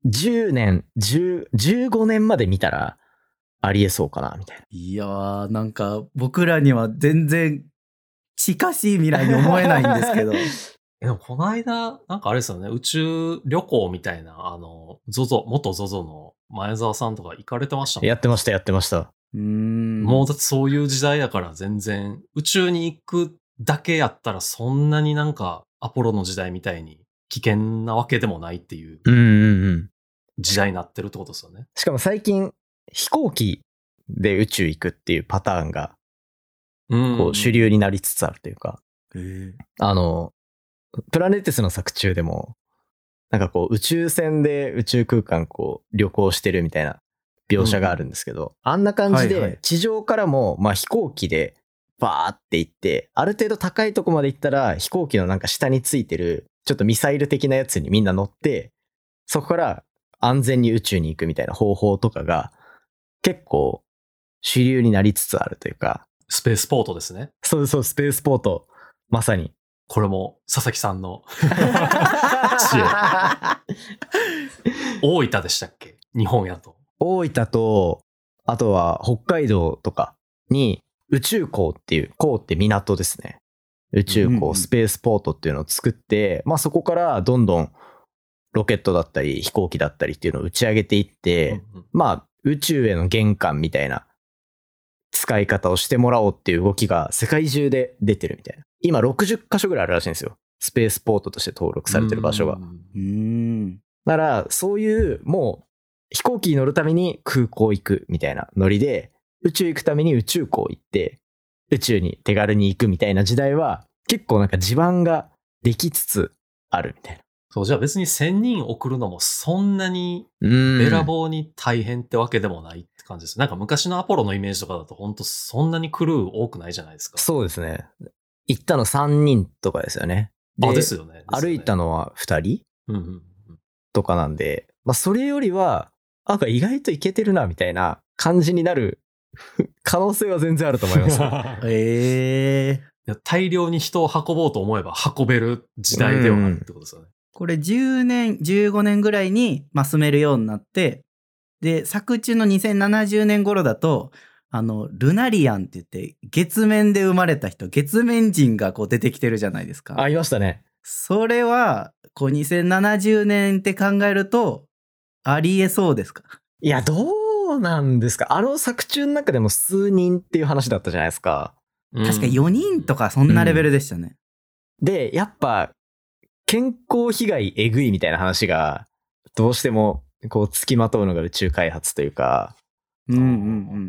[SPEAKER 3] 10年10 15年まで見たらありえそうかなみたいない
[SPEAKER 1] やー、なんか僕らには全然近しい未来に思えないんです
[SPEAKER 2] (laughs)
[SPEAKER 1] けど。
[SPEAKER 2] えでもこの間、なんかあれですよね、宇宙旅行みたいな、あの、ゾゾ、元ゾゾの前澤さんとか行かれてましたもん
[SPEAKER 3] やってましたやってました
[SPEAKER 1] うーん。
[SPEAKER 2] もうだってそういう時代だから全然、宇宙に行くだけやったらそんなになんかアポロの時代みたいに危険なわけでもないっていう
[SPEAKER 3] うんうんうん
[SPEAKER 2] 時代になってるってことですよね。
[SPEAKER 3] しかも最近飛行機で宇宙行くっていうパターンが
[SPEAKER 2] うん
[SPEAKER 3] こう主流になりつつあるというか、
[SPEAKER 1] えー
[SPEAKER 3] あのプラネティスの作中でもなんかこう宇宙船で宇宙空間こう旅行してるみたいな描写があるんですけど、あんな感じ
[SPEAKER 1] はいは
[SPEAKER 3] で
[SPEAKER 1] い
[SPEAKER 3] 地上からもまあ飛行機でバーって行ってある程度高いとこまで行ったら飛行機のなんか下についてるちょっとミサイル的なやつにみんな乗ってそこから安全に宇宙に行くみたいな方法とかが結構主流になりつつあるというか
[SPEAKER 2] スペースポートですね。
[SPEAKER 3] そうそうスペースポートまさに
[SPEAKER 2] これも佐々木さんの大分でしたっけ (laughs) 日本やと。
[SPEAKER 3] 大分と、あとは北海道とかに宇宙港っていう、港って港ですね。宇宙
[SPEAKER 1] うんう
[SPEAKER 3] 港、
[SPEAKER 1] ん
[SPEAKER 3] スペースポートっていうのを作って、まあそこからどんどんロケットだったり飛行機だったりっていうのを打ち上げていって、
[SPEAKER 2] うんうん
[SPEAKER 3] まあ宇宙への玄関みたいな使い方をしてもらおうっていう動きが世界中で出てるみたいな。今60箇所ぐらいあるらしいんですよ。スペースポートとして登録されてる場所が。
[SPEAKER 1] うーん。
[SPEAKER 3] だから、そういう、もう、飛行機に乗るために空港行くみたいなノリで、宇宙行くために宇宙港行って、宇宙に手軽に行くみたいな時代は、結構なんか地盤ができつつあるみたいな。
[SPEAKER 2] そう、じゃあ別に1000人送るのもそんなにべ
[SPEAKER 3] べ
[SPEAKER 2] らぼうに大変ってわけでもないって感じです。なんか昔のアポロのイメージとかだと本当そんなにクルー多くないじゃないですか。
[SPEAKER 3] そうですね。行ったの3人とかですよね。
[SPEAKER 2] あ、ですよね。
[SPEAKER 3] 歩いた
[SPEAKER 2] の。
[SPEAKER 3] のは2人
[SPEAKER 2] うんうんうん。
[SPEAKER 3] とかなんで、まあ、それよりは、あなんか意外といけてるな、みたいな感じになる (laughs) 可能性は全然あると思い
[SPEAKER 2] (laughs)
[SPEAKER 3] ます。
[SPEAKER 1] ええ
[SPEAKER 2] いや大量に人を運ぼうと思えば運べる時代ではあるってことですよね。
[SPEAKER 1] これ10年、15年ぐらいに、まあ、住めるようになって、で、作中の2070年頃だと、あの、ルナリアンって言って、月面で生まれた人、月面人がこう出てきてるじゃないですか。
[SPEAKER 3] ありましたね。
[SPEAKER 1] それは、こう2070年って考えると、ありえそうですか。
[SPEAKER 3] いや、どうなんですかあの作中の中でも数人っていう話だったじゃないですか。
[SPEAKER 2] うん
[SPEAKER 1] 確か4人とか、そんなレベルでしたね。
[SPEAKER 3] で、やっぱ、健康被害えぐいみたいな話が、どうしても、こう、つきまとうのが宇宙開発というか、
[SPEAKER 1] うんうんう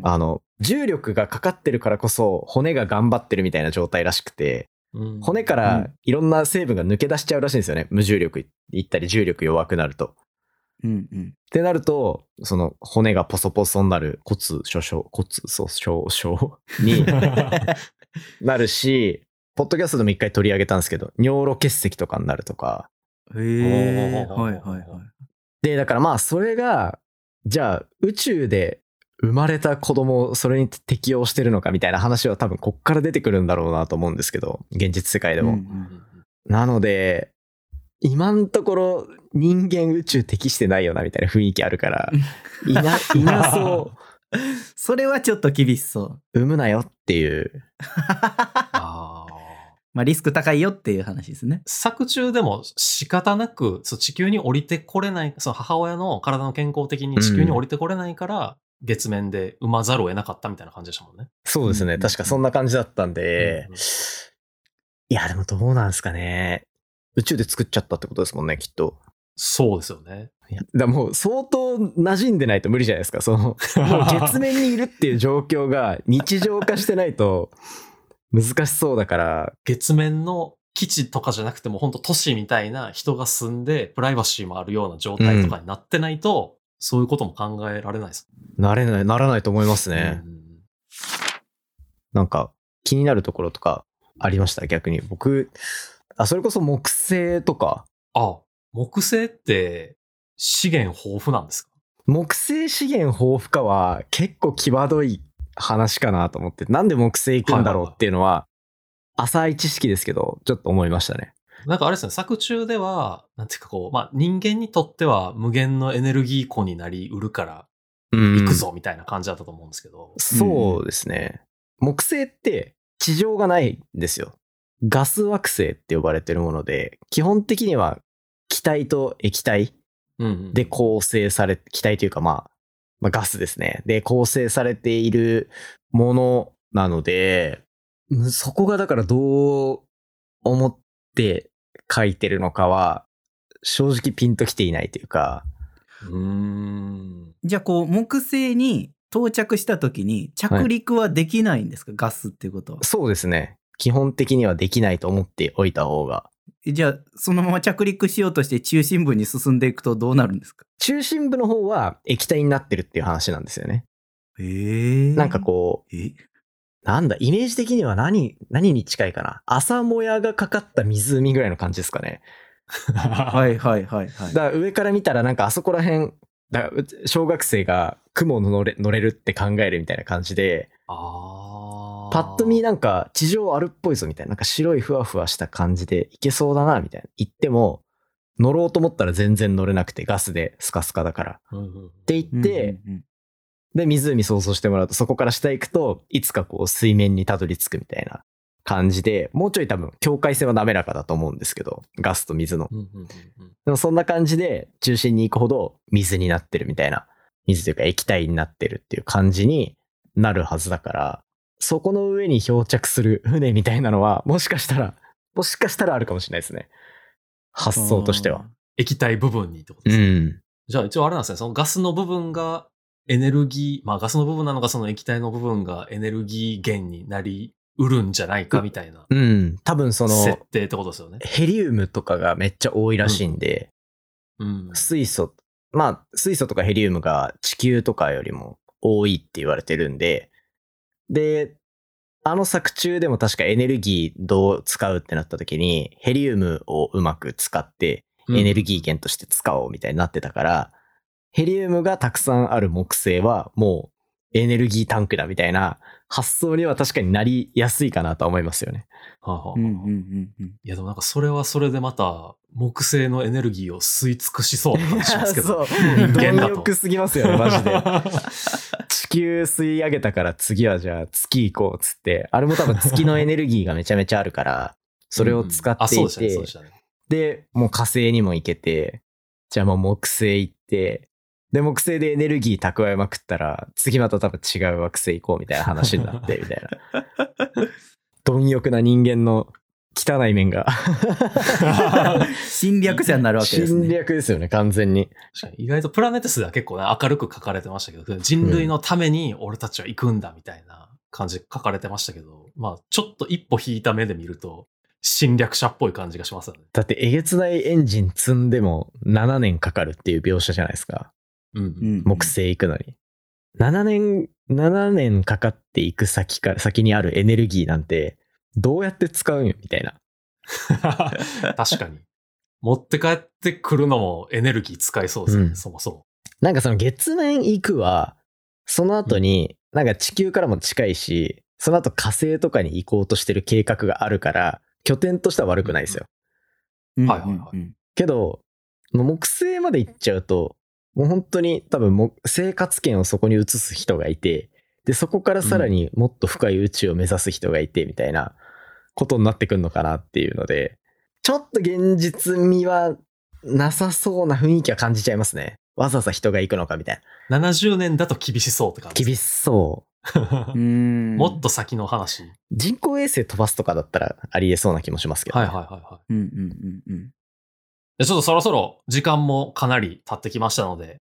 [SPEAKER 1] ん。
[SPEAKER 3] あの、重力がかかってるからこそ、骨が頑張ってるみたいな状態らしくて、
[SPEAKER 2] うん
[SPEAKER 3] 骨か
[SPEAKER 1] う
[SPEAKER 3] ら
[SPEAKER 1] ん
[SPEAKER 3] いろんな成分が抜け出しちゃうらしいんですよね。無重力いったり、重力弱くなると。っ
[SPEAKER 1] うんうん。
[SPEAKER 3] てなると、その骨がポソポソになる骨粗鬆、骨粗鬆症になるし、ポッドキャストでも一回取り上げたんですけど、尿路結石とかになるとか。
[SPEAKER 1] へえ。
[SPEAKER 2] おー
[SPEAKER 1] はいはいはい。
[SPEAKER 3] で、だからまあそれが、じゃあ宇宙で生まれた子供をそれに適応してるのかみたいな話は多分こっから出てくるんだろうなと思うんですけど、現実世界でも。
[SPEAKER 1] うん
[SPEAKER 2] う
[SPEAKER 1] (laughs)
[SPEAKER 2] んうん
[SPEAKER 3] なので、今のところ人間宇宙適してないよなみたいな雰囲気あ
[SPEAKER 1] (laughs)
[SPEAKER 3] るから、いな、いなそ
[SPEAKER 1] それはちょっと厳しそう。
[SPEAKER 3] う、産むなよっていう。
[SPEAKER 2] あー
[SPEAKER 1] まあ、リスク高いよっていう話ですね。
[SPEAKER 2] 作中でも仕方なくそう地球に降りてこれない、その母親の体の健康的に地球に降りてこれないから、月面で産まざるを得なかったみたいな感じでしたもんね。
[SPEAKER 3] そうです
[SPEAKER 1] う
[SPEAKER 3] ね。
[SPEAKER 1] ん
[SPEAKER 3] 確かそんな感じだったんで
[SPEAKER 2] うん、
[SPEAKER 3] いや、でもどうなんですかね。宇宙で作っちゃったってことですもんね、きっと。
[SPEAKER 2] そうですよね。
[SPEAKER 3] いやだからもう相当馴染んでないと無理じゃないですかそのもう月面にいるっていう状況が日常化してないと難しそうだから
[SPEAKER 2] (laughs) 月面の基地とかじゃなくても、本当都市みたいな人が住んで、プライバシーもあるような状態とかになってないと、そういうことも考えられないです
[SPEAKER 3] なれないならないと思います
[SPEAKER 2] もん
[SPEAKER 3] ね、
[SPEAKER 2] うん
[SPEAKER 3] なんか気になるところとかありました逆に僕あそれこそ木星とか
[SPEAKER 2] あ、木星って資源豊富なんですか
[SPEAKER 3] 木星資源豊富化は結構際どい話かなと思ってなんで木星行くんだろうっていうのは浅い知識ですけどちょっと思いましたね
[SPEAKER 2] なんかあれですね、作中では、なんていうかこう、まあ人間にとっては無限のエネルギー庫になりうるから
[SPEAKER 3] 行
[SPEAKER 2] 行くぞみたいな感じだったと思うんですけど。
[SPEAKER 3] そうですね。木星って地上がないんですよ。ガス惑星って呼ばれてるもので、基本的には気体と液体
[SPEAKER 2] うんうん
[SPEAKER 3] で構成され、気体というかまあ、まあガスですね。で構成されているものなので、むそこがだからどう思って書いてるのかは、正直ピンときていないというか、
[SPEAKER 2] うー
[SPEAKER 3] (laughs)
[SPEAKER 2] ん。
[SPEAKER 1] じゃあこう木星に到着した時に着陸はできないんですか、ガスっていうことは。
[SPEAKER 3] そうですね。基本的にはできないと思っておいた方が
[SPEAKER 1] じゃあそのまま着陸しようとして中心部に進んでいくとどうなるんですか
[SPEAKER 3] 中心部の方は液体になってるっていう話なんですよね。
[SPEAKER 1] えー、
[SPEAKER 3] なんかこ
[SPEAKER 1] う。え
[SPEAKER 3] う、なんだ、イメージ的には何、何に近いかな。朝もやがかかった湖ぐらいの感じですかね。
[SPEAKER 2] は。
[SPEAKER 1] はいいはいはいはい。
[SPEAKER 3] だから上から見たらなんかあそこら辺、だからう小学生が雲の乗れ乗れるって考えるみたいな感じで、
[SPEAKER 2] あー
[SPEAKER 3] パッと見なんか地上あるっぽいぞみたいな、なんか白いふわふわした感じでいけそうだなみたいな。行っても、乗ろうと思ったら全然乗れなくてガスでスカスカだから。っ
[SPEAKER 2] うんうん
[SPEAKER 3] て言って、
[SPEAKER 1] うんうん
[SPEAKER 3] で、湖想像してもらうと、そこから下行くといつかこう水面にたどり着くみたいな感じで、もうちょい多分境界線は滑らかだと思うんですけど、ガスと水の。
[SPEAKER 2] うんうんうんうん
[SPEAKER 3] でもそんな感じで中心に行くほど水になってるみたいな、水というか液体になってるっていう感じになるはずだから、そこの上に漂着する船みたいなのは、もしかしたらもしかしたらあるかもしれないですね。発想としては。
[SPEAKER 2] 液体部分にってこと
[SPEAKER 3] う
[SPEAKER 2] ですね。
[SPEAKER 3] ん。
[SPEAKER 2] じゃあ一応あれなんですね、そのガスの部分がエネルギー、まあガスの部分なのかその液体の部分がエネルギー源になりうるんじゃないかみたいな
[SPEAKER 3] うん。多分そ
[SPEAKER 2] 設
[SPEAKER 3] の、
[SPEAKER 2] 定ってことですよね。
[SPEAKER 3] ヘリウムとかがめっちゃ多いらしいんで、
[SPEAKER 2] うん。
[SPEAKER 3] 水素、まあ、水素とかヘリウムが地球とかよりも多いって言われてるんで、で、あの作中でも確かエネルギーどう使うってなった時に、ヘリウムをうまく使ってエネルギー源として使おうみたいになってたから、ヘリウムがたくさんある木星はもうエネルギータンクだみたいな発想には確かになりやすいかなとは思いますよね。
[SPEAKER 2] はあはあはあ
[SPEAKER 1] うんうんうんうん
[SPEAKER 2] いやでもなんかそれはそれでまた木星のエネルギーを吸い尽くしそうな感じしますけど。
[SPEAKER 3] (laughs) そう。
[SPEAKER 2] 人間だ
[SPEAKER 3] (laughs)
[SPEAKER 2] と
[SPEAKER 3] 貪欲すぎま
[SPEAKER 2] (laughs)
[SPEAKER 3] すよね、マジで。地球吸い上げたから次はじゃあ月行こうっつって、あれも多分月のエネルギーがめちゃめちゃあ
[SPEAKER 2] (laughs)
[SPEAKER 3] るから、それを使
[SPEAKER 2] あ、
[SPEAKER 3] っ
[SPEAKER 2] そ
[SPEAKER 3] て
[SPEAKER 2] う
[SPEAKER 3] い、
[SPEAKER 2] でしたね、そうでしてたね。
[SPEAKER 3] で、もう火星にも行けて、じゃあもう木星行って、で、木星でエネルギー蓄えまくったら、次また多分違う惑星行こうみたいな話になっ
[SPEAKER 2] (laughs)
[SPEAKER 3] て、みたいな。貪欲な人間の汚い面
[SPEAKER 2] (laughs)
[SPEAKER 3] が
[SPEAKER 1] 侵略者になるわけです
[SPEAKER 3] (laughs) 侵
[SPEAKER 1] ね。
[SPEAKER 3] 略ですよね、完全に。
[SPEAKER 2] 確かに意外とプラネテスでは結構ね、明るく書かれてましたけど、人類のために俺たちは行くんだみたいな感じで書かれてましたけど、まあ、ちょっと一歩引いた目で見ると、侵略者っぽい感じがしますよね。
[SPEAKER 3] だってえげつないエンジン積んでも7年かかるっていう描写じゃないですか。
[SPEAKER 2] うん (laughs)
[SPEAKER 1] う。ん
[SPEAKER 3] 木星行くのに。7年、7年かかっていく先から、先にあるエネルギーなんて、どうやって使うんよみたいな。
[SPEAKER 2] 確かに。持って帰ってくるのもエネルギー使いそうですよね、
[SPEAKER 3] うん
[SPEAKER 2] そもそも。
[SPEAKER 3] なんかその月面行くは、その後に、なんか地球からも近いし、その後火星とかに行こうとしてる計画があるから、拠点としては悪くないですよ。
[SPEAKER 1] うん
[SPEAKER 2] はいはいは
[SPEAKER 1] うん
[SPEAKER 3] けど、もう木星まで行っちゃうと、もう本当に多分もう生活圏をそこに移す人がいて、で、そこからさらにもっと深い宇宙を目指す人がいて、みたいなことになってくるのかなっていうので、ちょっと現実味はなさそうな雰囲気は感じちゃいますね。わざわざ人が行くのかみたいな。
[SPEAKER 2] 70年だと厳しそうって感じ。
[SPEAKER 3] 厳しそう。
[SPEAKER 1] うん
[SPEAKER 2] もっと先の話。はい
[SPEAKER 3] 人工衛星飛ばすとかだったらありえそうな気もしますけど、
[SPEAKER 2] はいはいはい。
[SPEAKER 1] うんうんうんうん
[SPEAKER 2] でちょっとそろそろ時間もかなり経ってきましたので、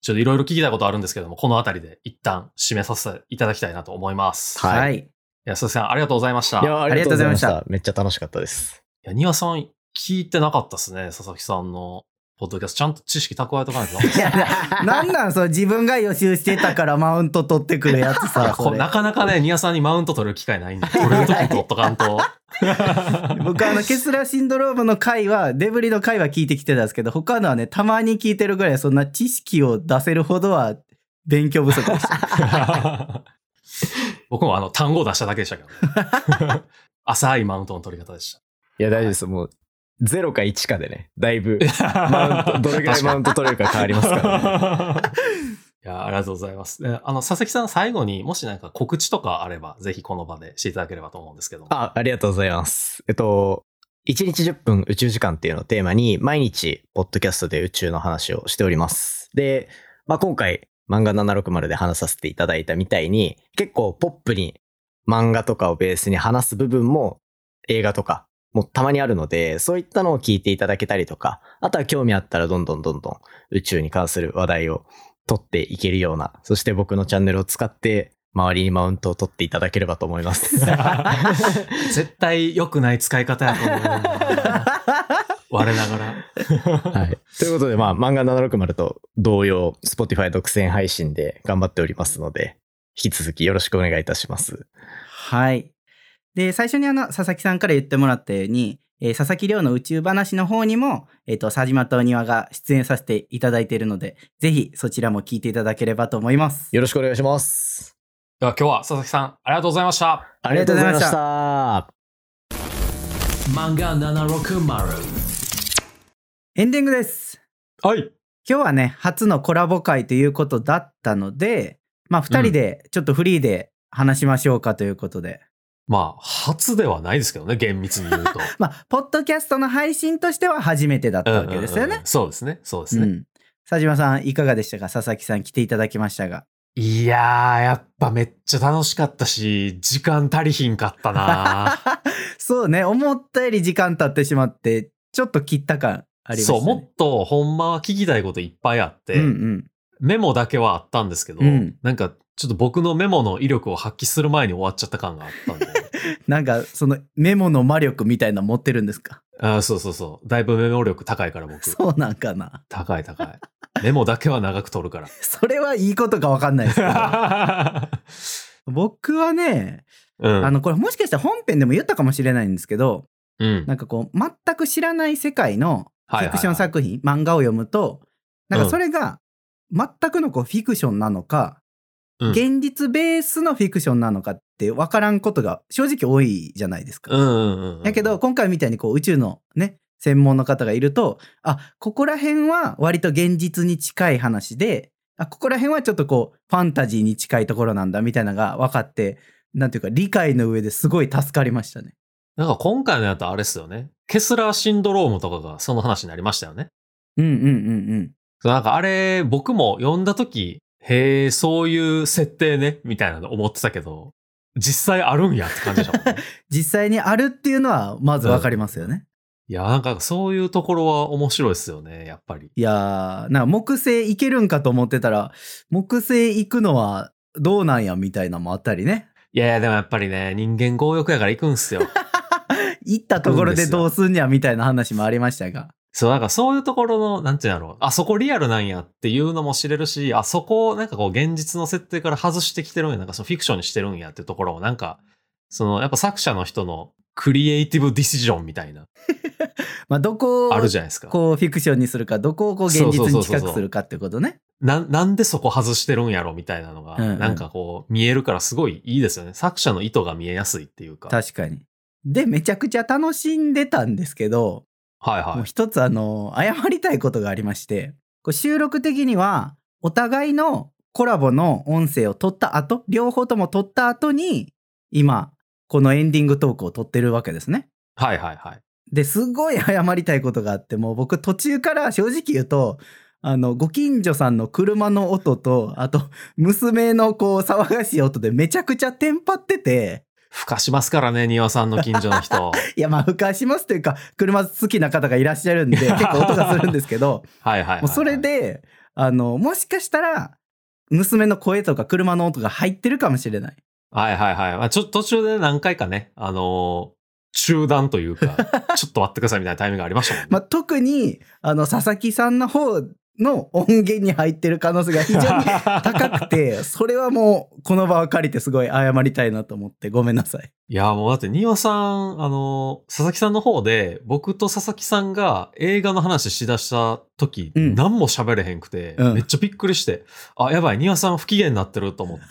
[SPEAKER 2] ちょっといろいろ聞きたいことあるんですけども、このあたりで一旦締めさせていただきたいなと思います。
[SPEAKER 3] はい
[SPEAKER 1] はい。
[SPEAKER 2] いや、鈴木さんありがとうございました。
[SPEAKER 3] い
[SPEAKER 2] いや、
[SPEAKER 3] やありがとうございました
[SPEAKER 1] ありが
[SPEAKER 3] めっちゃ楽しかったです
[SPEAKER 2] 庭さん聞いてなかったですね、佐々木さんのポッドキャスト。ちゃんと知識蓄えとかない
[SPEAKER 3] (laughs)
[SPEAKER 2] と。
[SPEAKER 1] いやななんなんその自分が予習してたから (laughs) マウント取ってくるやつ
[SPEAKER 2] い
[SPEAKER 1] さ
[SPEAKER 2] や
[SPEAKER 1] そ
[SPEAKER 2] (laughs) こ
[SPEAKER 1] れ
[SPEAKER 2] なかなかね、庭さんにマウント取る機会ない
[SPEAKER 3] (laughs)
[SPEAKER 2] んで、取れるときに取っとかんと。
[SPEAKER 1] 僕あのケスラシンドロームの回はデブリの回は聞いてきてたんですけど他のはねたまに聞いてるぐらいそんな知識を出せるほどは勉強不足でした
[SPEAKER 2] 僕もあの単語を出しただけでした
[SPEAKER 3] (laughs)
[SPEAKER 2] けど、ね、浅いマウントの取り方でし
[SPEAKER 3] (laughs) いや大丈夫ですもう0か1かでねだい (laughs) ぶ
[SPEAKER 2] た。
[SPEAKER 3] マウントどれぐらいマウント取れるか変わりますから、ね、
[SPEAKER 2] (laughs) いや、ありがとうございます。であの、佐々木さん最後にもしなんか告知とかあれば、ぜひこの場でしていただければと思うんですけ (laughs) ども。
[SPEAKER 3] あありがとうございますえっと1日10分宇宙時間っていうのをテーマに毎日ポッドキャストで宇宙の話をしておりますで、まあ、今回漫画760で話させていただいたみたいに結構ポップに漫画とかをベースに話す部分も映画とかもたまにあるので、そういったのを聞いていただけたりとか、あとは興味あったらどんどんどんどん宇宙に関する話題を取っていけるような、そして僕のチャンネルを使って周りにマウントを取っていただければと思い
[SPEAKER 2] (laughs)
[SPEAKER 3] ます。
[SPEAKER 2] 絶対良くない使い方やと思うん (laughs) だよな。我ながら。
[SPEAKER 3] はい、 (laughs) ということで、まあ、漫画760と同様、Spotify 独占配信で頑張っておりますので、引き続きよろしくお願いいたします。
[SPEAKER 1] はいで最初にあの佐々木さんから言ってもらったように、えー佐々木亮の宇宙話の方にも、えー、と佐島とお庭が出演させていただいているのでぜひそちらも聞いていただければと思います
[SPEAKER 3] よろしくお願いします。
[SPEAKER 2] では今日は佐々木さん、ありがとうございました。
[SPEAKER 3] あ
[SPEAKER 1] りがとうございました
[SPEAKER 3] りがとうございました。
[SPEAKER 2] 漫画760。
[SPEAKER 1] エンディングです
[SPEAKER 2] はい。
[SPEAKER 1] 今日はね初のコラボ会ということだったのでまあ2人でちょっとフリーで話しましょうかということで、
[SPEAKER 2] まあ、初ではないですけどね、厳密に言う (laughs) と。
[SPEAKER 1] まあポッドキャストの配信としては初めてだったわけですよ
[SPEAKER 2] うんうんう
[SPEAKER 1] ね
[SPEAKER 2] ん。そうですね。そうで
[SPEAKER 1] う
[SPEAKER 2] すね。
[SPEAKER 1] ん佐島さんいかがでしたか佐々木さん来ていただきましたが
[SPEAKER 2] いやー、やっぱめっちゃ楽しかったし、時間足りひんかったな
[SPEAKER 1] そうね、思ったより時間経ってしまって、ちょっと切った感ありました、
[SPEAKER 2] そ
[SPEAKER 1] ね。
[SPEAKER 2] う、もっとほんまは聞きたいこといっぱいあって、
[SPEAKER 1] うん
[SPEAKER 2] メモだけはあったんですけど、
[SPEAKER 1] うん
[SPEAKER 2] なんかちょっと僕のメモの威力を発揮する前に終わっちゃった感があったん
[SPEAKER 1] (laughs)
[SPEAKER 2] で、
[SPEAKER 1] うん。なんか、そのメモの魔力みたいなの持ってるんですか
[SPEAKER 2] あーそうそうそう、だいぶメモ力高いから僕。
[SPEAKER 1] そうなんかな。
[SPEAKER 2] 高い高い。メモだけは長く取る
[SPEAKER 1] (laughs)
[SPEAKER 2] から。
[SPEAKER 1] それはいいことかわかんないです
[SPEAKER 2] (laughs)
[SPEAKER 1] けど。僕はね、
[SPEAKER 2] うん、
[SPEAKER 1] あの、これもしかしたら本編でも言ったかもしれないんですけど、
[SPEAKER 2] うん、
[SPEAKER 1] なんかこう、全く知らない世界のフ
[SPEAKER 2] はいはいはい
[SPEAKER 1] ィクション作品、漫画を読むと、なん
[SPEAKER 2] う
[SPEAKER 1] か
[SPEAKER 2] ん
[SPEAKER 1] それが、全くのこうフィクションなのか、
[SPEAKER 2] うん
[SPEAKER 1] 現実ベースのフィクションなのかって分からんことが正直多いじゃないですか。
[SPEAKER 2] うんうんうんうん。
[SPEAKER 1] だけど、今回みたいにこう宇宙のね専門の方がいるとあここら辺は割と現実に近い話であここら辺はちょっとこうファンタジーに近いところなんだみたいなのが分かってなんていうか理解の上ですごい助かりましたね。
[SPEAKER 2] なんか今回のやつあれっすよね。ケスラーシンドロームとかがその話になりましたよね。
[SPEAKER 1] うんうんうん
[SPEAKER 2] そうなんかあれ、僕も読んだ時、へえ、そういう設定ね、みたいなの思ってたけど、実際あるんやって感じでしたもんね。
[SPEAKER 1] 実際にあるっていうのはまず分かりますよね。
[SPEAKER 2] いや、なんかそういうところは面白いですよね、やっぱり。
[SPEAKER 1] いやーなんか木星行けるんかと思ってたら木星行くのはどうなんやみたいなのもあったりね
[SPEAKER 2] いやいや、でもやっぱりね、人間強欲やから行くんすよ。
[SPEAKER 1] 行ったところでどうすんにゃみたいな話もありましたが。
[SPEAKER 2] そう、なんかそういうところの、なんていうんだろう。あそこリアルなんやっていうのも知れるし、あそこをなんかこう現実の設定から外してきてるんや、なんかそのフィクションにしてるんやっていうところをなんか、そのやっぱ作者の人のクリエイティブディシジョンみたいな、
[SPEAKER 1] まあ、どこを
[SPEAKER 2] あるじゃないですか。
[SPEAKER 1] こうフィクションにするかどこをこう現実に近くするかってことね
[SPEAKER 2] な、なんでそこ外してるんやろみたいなのが、
[SPEAKER 1] うんうん
[SPEAKER 2] なんかこう見えるからすごいいいですよね。作者の意図が見えやすいっていうか。
[SPEAKER 1] 確かにでめちゃくちゃ楽しんでたんですけど、
[SPEAKER 2] はい
[SPEAKER 1] も
[SPEAKER 2] は
[SPEAKER 1] う一つあの謝りたいことがありましてこう収録的にはお互いのコラボの音声を撮った後両方とも撮った後に今このエンディングトークを撮ってるわけですね
[SPEAKER 2] い。はいはいはい。
[SPEAKER 1] ですごい謝りたいことがあってもう僕途中から正直言うとあのご近所さんの車の音とあと (laughs) 娘のこう騒がしい音でめちゃくちゃテンパってて
[SPEAKER 2] ふかしますからね、庭さんの近所の
[SPEAKER 1] (laughs)
[SPEAKER 2] 人。
[SPEAKER 1] いやまあ不可しますというか車好きな方がいらっしゃ
[SPEAKER 2] (laughs)
[SPEAKER 1] るんで結構音がするんですけど
[SPEAKER 2] はいはいはいはい。
[SPEAKER 1] もうそれであのもしかしたら娘の声とか車の音が入ってるかもしれない。
[SPEAKER 2] はいはいはい。まあ、ちょっと途中で何回かね、あのー中断という
[SPEAKER 1] (laughs)
[SPEAKER 2] か、ちょっと待ってくださいみたいなタイミングがありましたもんね。
[SPEAKER 1] まあ、特にあの佐々木さんの方の音源に入ってる可能性が非常に高
[SPEAKER 2] (laughs)
[SPEAKER 1] くて、それはもう、この場を借りてすごい謝りたいなと思って、ごめんなさい。
[SPEAKER 2] いや、もうだって、ニオさん、あのー佐々木さんの方で、僕と佐々木さんが映画の話しだした時、
[SPEAKER 1] うん
[SPEAKER 2] 何も喋れへんくて、
[SPEAKER 1] うん
[SPEAKER 2] めっちゃびっくりして、あ、やばい、ニオさん不機嫌になってると思っ
[SPEAKER 1] (laughs)
[SPEAKER 2] て、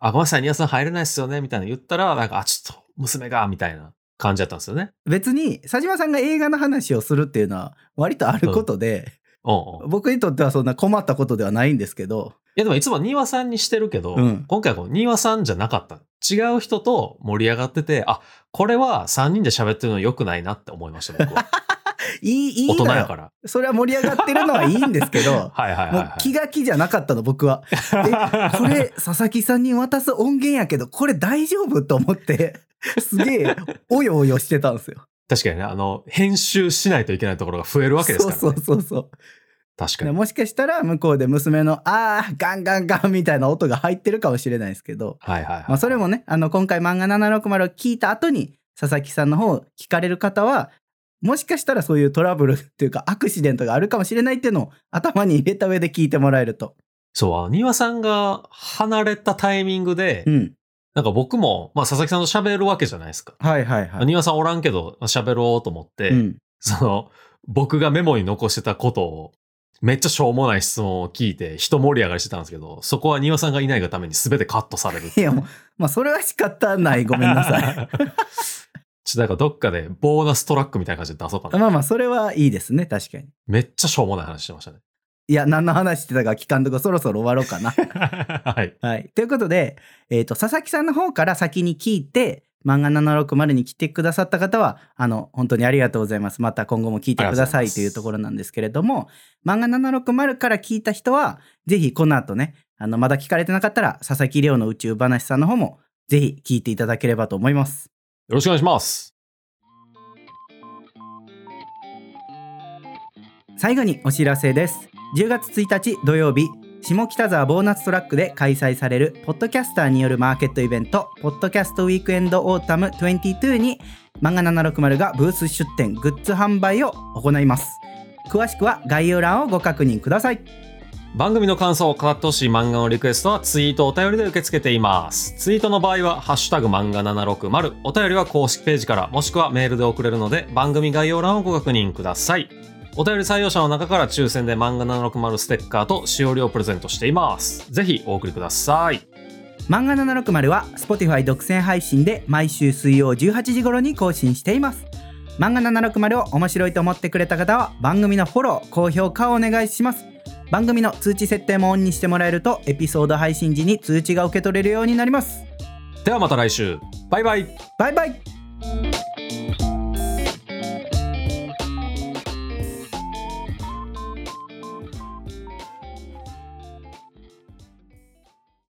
[SPEAKER 2] あ、ごめんなさい、ニオさん入れないっすよね、みたいな言ったら、なんか、あ、ちょっと、娘が、みたいな感じだったんですよね。
[SPEAKER 1] 別に、佐島さんが映画の話をするっていうのは、割とあることで、
[SPEAKER 2] うんうん。い
[SPEAKER 1] 僕にとってはそんな困ったことではないんですけど、
[SPEAKER 2] や、でもいつもニワさんにしてるけど、
[SPEAKER 1] うん
[SPEAKER 2] 今回はこのニワさんじゃなかった。違う人と盛り上がってて、あ、これは3人で喋ってるの良くないなって思いました、僕は。
[SPEAKER 1] (laughs) いい、いい
[SPEAKER 2] 大人
[SPEAKER 1] の
[SPEAKER 2] や
[SPEAKER 1] よ
[SPEAKER 2] から。
[SPEAKER 1] それは盛り上がってるのはいいんですけど、
[SPEAKER 2] (laughs) はいはいはい、
[SPEAKER 1] も
[SPEAKER 2] は
[SPEAKER 1] う
[SPEAKER 2] い。
[SPEAKER 1] 気が気じゃなかったの、僕は。これ、佐々木さんに渡す音源やけど、これ大丈夫と思って、すげえ、およおよしてたん
[SPEAKER 2] (laughs)
[SPEAKER 1] ですよ。
[SPEAKER 2] (laughs) 確かにね、あの、編集しないといけないところが増えるわけですからね。
[SPEAKER 1] そうそうそうそう。
[SPEAKER 2] 確か
[SPEAKER 1] ね
[SPEAKER 2] に。
[SPEAKER 1] もしかしたら向こうで娘の「あーガンガンガン」みたいな音が入ってるかもしれないですけど、
[SPEAKER 2] はいはいはい。
[SPEAKER 1] まあ、それもねあの今回漫画760を聞いた後に佐々木さんの方を聞かれる方はもしかしたらそういうトラブルっていうかアクシデントがあるかもしれないっていうのを頭に入れた上で聞いてもらえると。
[SPEAKER 2] そう、あの、庭さんが離れたタイミングで、
[SPEAKER 1] うん、
[SPEAKER 2] なんか僕も、まあ、佐々木さんと喋るわけじゃないですか。
[SPEAKER 1] はいはいはい。
[SPEAKER 2] 庭さんおらんけど、まあ喋ろうと思って、
[SPEAKER 1] うん、
[SPEAKER 2] その、僕がメモに残してたことを、めっちゃしょうもない質問を聞いて、人盛り上がりしてたんですけど、そこは庭さんがいないがために全てカットされるって
[SPEAKER 1] いうやもう、まあ、それは仕方ないごめんなさ (laughs) い。
[SPEAKER 2] (laughs) ちょっとなんかどっかでボーナストラックみたいな感じで出そうかな。
[SPEAKER 1] まあまあそれはいいですね確かに。
[SPEAKER 2] めっちゃしょうもない話してましたね。
[SPEAKER 1] いや何の話してたか聞かんとこそろそろ終わろうかな。
[SPEAKER 2] はい。
[SPEAKER 1] はい。ということで、えっ、と、佐々木さんの方から先に聞いて、漫画760に来てくださった方は、あの、本当にありがとうございます。また今後も聞いて
[SPEAKER 2] あり
[SPEAKER 1] ください
[SPEAKER 2] がとうございます
[SPEAKER 1] というところなんですけれども、漫画760から聞いた人は、ぜひこの後ね、あの、まだ聞かれてなかったら、佐々木亮の宇宙話さんの方も、ぜひ聞いていただければと思います。
[SPEAKER 2] よろしくお願いします。
[SPEAKER 1] 最後にお知らせです10月1日土曜日下北沢ボーナストラックで開催されるポッドキャスターによるマーケットイベント「ポッドキャストウィークエンドオータム22」に漫画760がブース出展グッズ販売を行います詳しくは概要欄をご確認ください
[SPEAKER 2] 番組の感想を語ってほしい漫画のリクエストはツイートお便りで受け付けています。ツイートの場合は、ハッシュタグ漫画760、お便りは公式ページから、もしくはメールで送れるので、番組概要欄をご確認ください。お便り採用者の中から抽選で漫画760ステッカーと使用料をプレゼントしています。ぜひお送りください。
[SPEAKER 1] 漫画760は Spotify 独占配信で毎週水曜18時頃に更新しています漫画760を面白いと思ってくれた方は番組のフォロー高評価をお願いします番組の通知設定もオンにしてもらえるとエピソード配信時に通知が受け取れるようになります
[SPEAKER 2] ではまた来週。バイバイ。
[SPEAKER 1] バイバイ